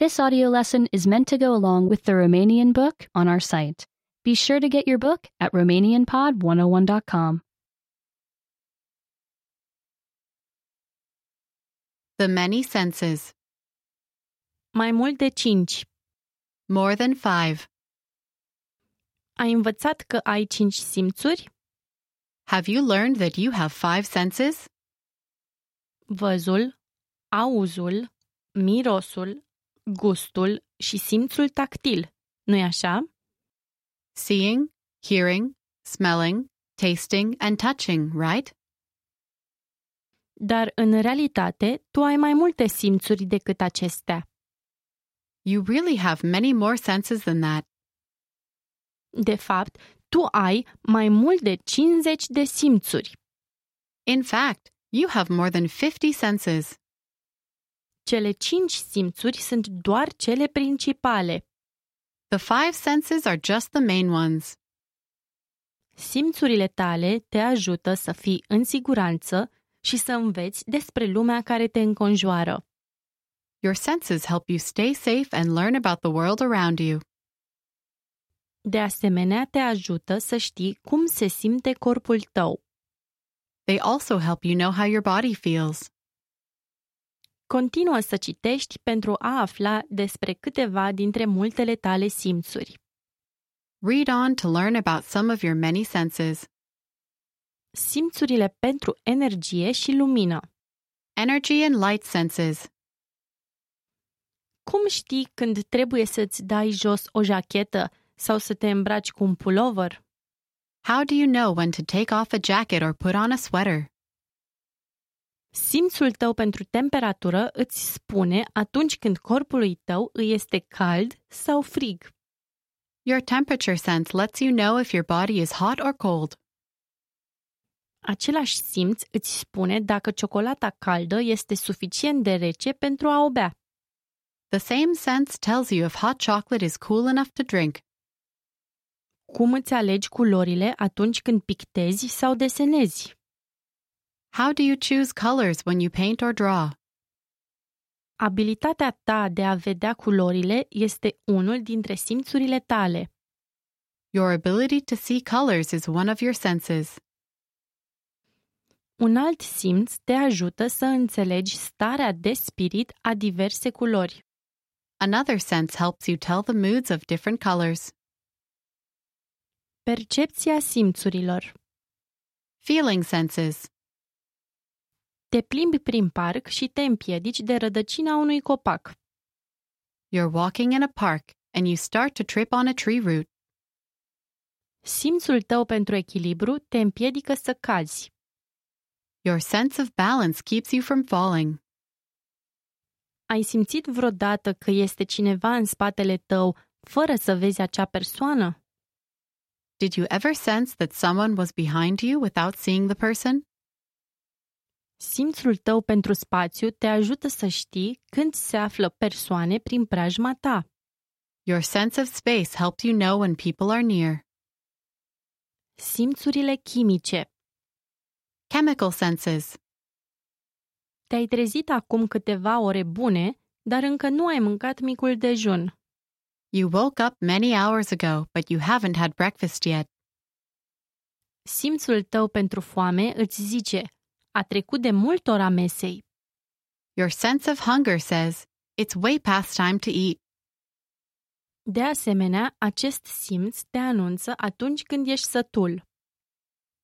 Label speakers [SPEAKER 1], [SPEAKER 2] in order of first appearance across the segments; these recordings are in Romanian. [SPEAKER 1] This audio lesson is meant to go along with the Romanian book on our site. Be sure to get your book at RomanianPod101.com.
[SPEAKER 2] The many senses.
[SPEAKER 3] Mai mult de cinci.
[SPEAKER 2] More than five.
[SPEAKER 3] Ai învățat că ai cinci simțuri?
[SPEAKER 2] Have you learned that you have five senses?
[SPEAKER 3] Văzul, auzul, mirosul, gustul și simțul tactil, nu-i așa?
[SPEAKER 2] Seeing, hearing, smelling, tasting, and touching, right?
[SPEAKER 3] Dar în realitate, tu ai mai multe simțuri decât acestea.
[SPEAKER 2] You really have many more senses than that.
[SPEAKER 3] De fapt, tu ai mai mult de 50 de simțuri.
[SPEAKER 2] In fact, you have more than 50 senses.
[SPEAKER 3] Cele cinci simțuri sunt doar cele principale.
[SPEAKER 2] The five senses are just the main ones.
[SPEAKER 3] Simțurile tale te ajută să fii în siguranță și să înveți despre lumea care te înconjoară.
[SPEAKER 2] Your senses help you stay safe and learn about the world around you.
[SPEAKER 3] De asemenea, te ajută să știi cum se simte corpul tău.
[SPEAKER 2] They also help you know how your body feels.
[SPEAKER 3] Continuă să citești pentru a afla despre câteva dintre multele tale simțuri.
[SPEAKER 2] Read on to learn about some of your many senses
[SPEAKER 3] Simțurile pentru energie și lumină.
[SPEAKER 2] energy and light senses.
[SPEAKER 3] Cum știi când trebuie să-ți dai jos o jachetă sau să te îmbraci cu un pulover?
[SPEAKER 2] How do you know when to take off a jacket or put on a sweater?
[SPEAKER 3] Simțul tău pentru temperatură îți spune atunci când corpului tău îi este cald sau frig.
[SPEAKER 2] Your temperature sense lets you know if your body is hot or cold.
[SPEAKER 3] Același simț îți spune dacă ciocolata caldă este suficient de rece pentru a o bea.
[SPEAKER 2] The same sense tells you if hot chocolate is cool enough to drink.
[SPEAKER 3] Cum îți alegi culorile atunci când pictezi sau desenezi?
[SPEAKER 2] How do you choose colors when you paint or draw?
[SPEAKER 3] Abilitatea ta de a vedea culorile este unul dintre simțurile tale.
[SPEAKER 2] Your ability to see colors is one of your senses.
[SPEAKER 3] Un alt simț te ajută să înțelegi starea de spirit a diverse culori.
[SPEAKER 2] Another sense helps you tell the moods of different colors.
[SPEAKER 3] Percepția simțurilor.
[SPEAKER 2] Feeling senses.
[SPEAKER 3] Te plimbi prin parc și te împiedici de rădăcina unui copac.
[SPEAKER 2] You're walking in a park and you start to trip on a tree root.
[SPEAKER 3] Simțul tău pentru echilibru te împiedică să cazi.
[SPEAKER 2] Your sense of balance keeps you from falling.
[SPEAKER 3] Ai simțit vreodată că este cineva în spatele tău fără să vezi acea persoană?
[SPEAKER 2] Did you ever sense that someone was behind you without seeing the person?
[SPEAKER 3] Simțul tău pentru spațiu te ajută să știi când se află persoane prin preajma ta.
[SPEAKER 2] Your sense of space helps you know when people are near.
[SPEAKER 3] Simțurile chimice.
[SPEAKER 2] Chemical senses.
[SPEAKER 3] Te-ai trezit acum câteva ore bune, dar încă nu ai mâncat micul dejun.
[SPEAKER 2] You woke up many hours ago, but you haven't had breakfast yet.
[SPEAKER 3] Simțul tău pentru foame îți zice, a trecut de mult ora mesei.
[SPEAKER 2] Your sense of hunger says, it's way past time to eat.
[SPEAKER 3] De asemenea, acest simț te anunță atunci când ești sătul.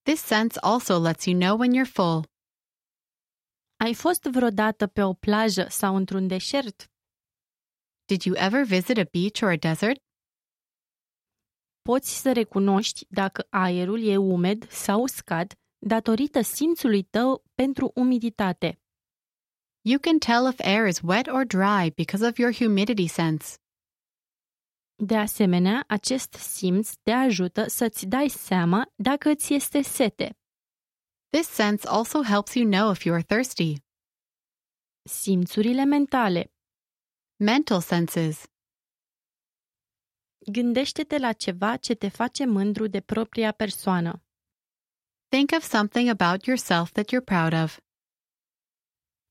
[SPEAKER 2] This sense also lets you know when you're full.
[SPEAKER 3] Ai fost vreodată pe o plajă sau într-un deșert?
[SPEAKER 2] Did you ever visit a beach or a desert?
[SPEAKER 3] Poți să recunoști dacă aerul e umed sau uscat datorită simțului tău pentru umiditate.
[SPEAKER 2] You can tell if air is wet or dry because of your humidity sense.
[SPEAKER 3] De asemenea, acest simț te ajută să-ți dai seama dacă îți este sete.
[SPEAKER 2] This sense also helps you know if you are thirsty.
[SPEAKER 3] Simțurile mentale.
[SPEAKER 2] Mental senses.
[SPEAKER 3] Gândește-te la ceva ce te face mândru de propria persoană.
[SPEAKER 2] Think of something about yourself that you're proud of.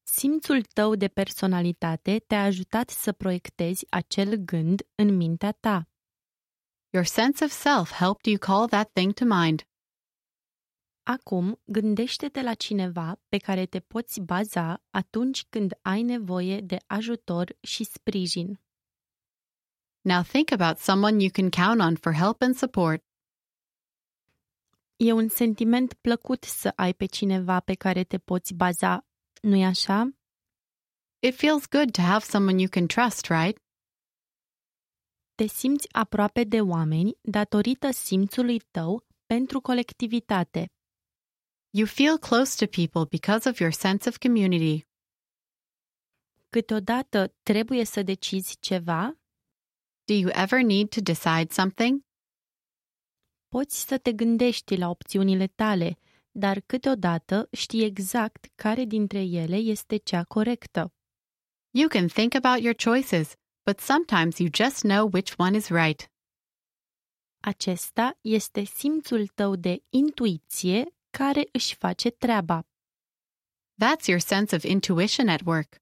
[SPEAKER 3] Simțul tău de personalitate te-a ajutat să proiectezi acel gând în mintea ta.
[SPEAKER 2] Your sense of self helped you call that thing to mind.
[SPEAKER 3] Acum, gândește-te la cineva pe care te poți baza atunci când ai nevoie de ajutor și sprijin.
[SPEAKER 2] Now think about someone you can count on for help and support.
[SPEAKER 3] E un sentiment plăcut să ai pe cineva pe care te poți baza, nu-i așa?
[SPEAKER 2] It feels good to have someone you can trust, right?
[SPEAKER 3] Te simți aproape de oameni datorită simțului tău pentru colectivitate.
[SPEAKER 2] You feel close to people because of your sense of community.
[SPEAKER 3] Câteodată trebuie să decizi ceva,
[SPEAKER 2] Do you ever need to decide something?
[SPEAKER 3] poți să te gândești la opțiunile tale, dar câteodată știi exact care dintre ele este cea corectă.
[SPEAKER 2] You can think about your choices, but sometimes you just know which one is right.
[SPEAKER 3] Acesta este simțul tău de intuiție care își face treaba.
[SPEAKER 2] That's your sense of intuition at work.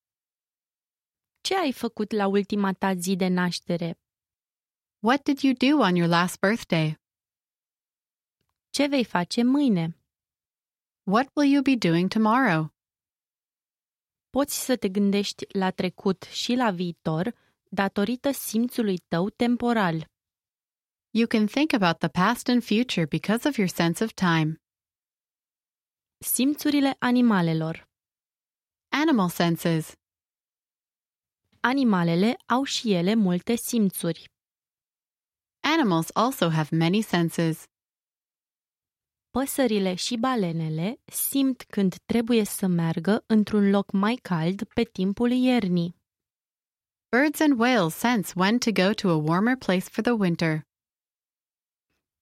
[SPEAKER 3] Ce ai făcut la ultima ta zi de naștere?
[SPEAKER 2] What did you do on your last birthday?
[SPEAKER 3] Ce vei face mâine?
[SPEAKER 2] What will you be doing tomorrow?
[SPEAKER 3] Poți să te gândești la trecut și la viitor datorită simțului tău temporal.
[SPEAKER 2] You can think about the past and future because of your sense of time.
[SPEAKER 3] Simțurile animalelor.
[SPEAKER 2] Animal senses.
[SPEAKER 3] Animalele au și ele multe simțuri.
[SPEAKER 2] Animals also have many senses.
[SPEAKER 3] Păsările și balenele simt când trebuie să meargă într-un loc mai cald pe timpul iernii.
[SPEAKER 2] Birds and whales sense when to go to a warmer place for the winter.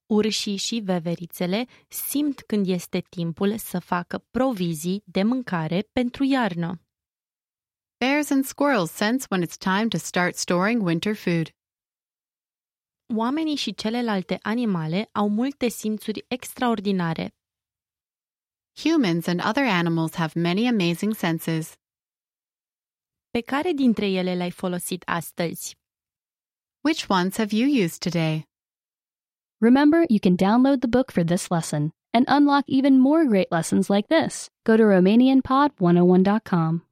[SPEAKER 3] Urșii și veverițele simt când este timpul să facă provizii de mâncare pentru iarnă.
[SPEAKER 2] Bears and squirrels sense when it's time to start storing winter food.
[SPEAKER 3] Oamenii și celelalte animale au multe simțuri extraordinare.
[SPEAKER 2] Humans and other animals have many amazing senses.
[SPEAKER 3] Pe care dintre ele le-ai folosit astăzi?
[SPEAKER 2] Which ones have you used today?
[SPEAKER 1] Remember, you can download the book for this oh lesson and unlock even more great lessons like this. Go to RomanianPod101.com.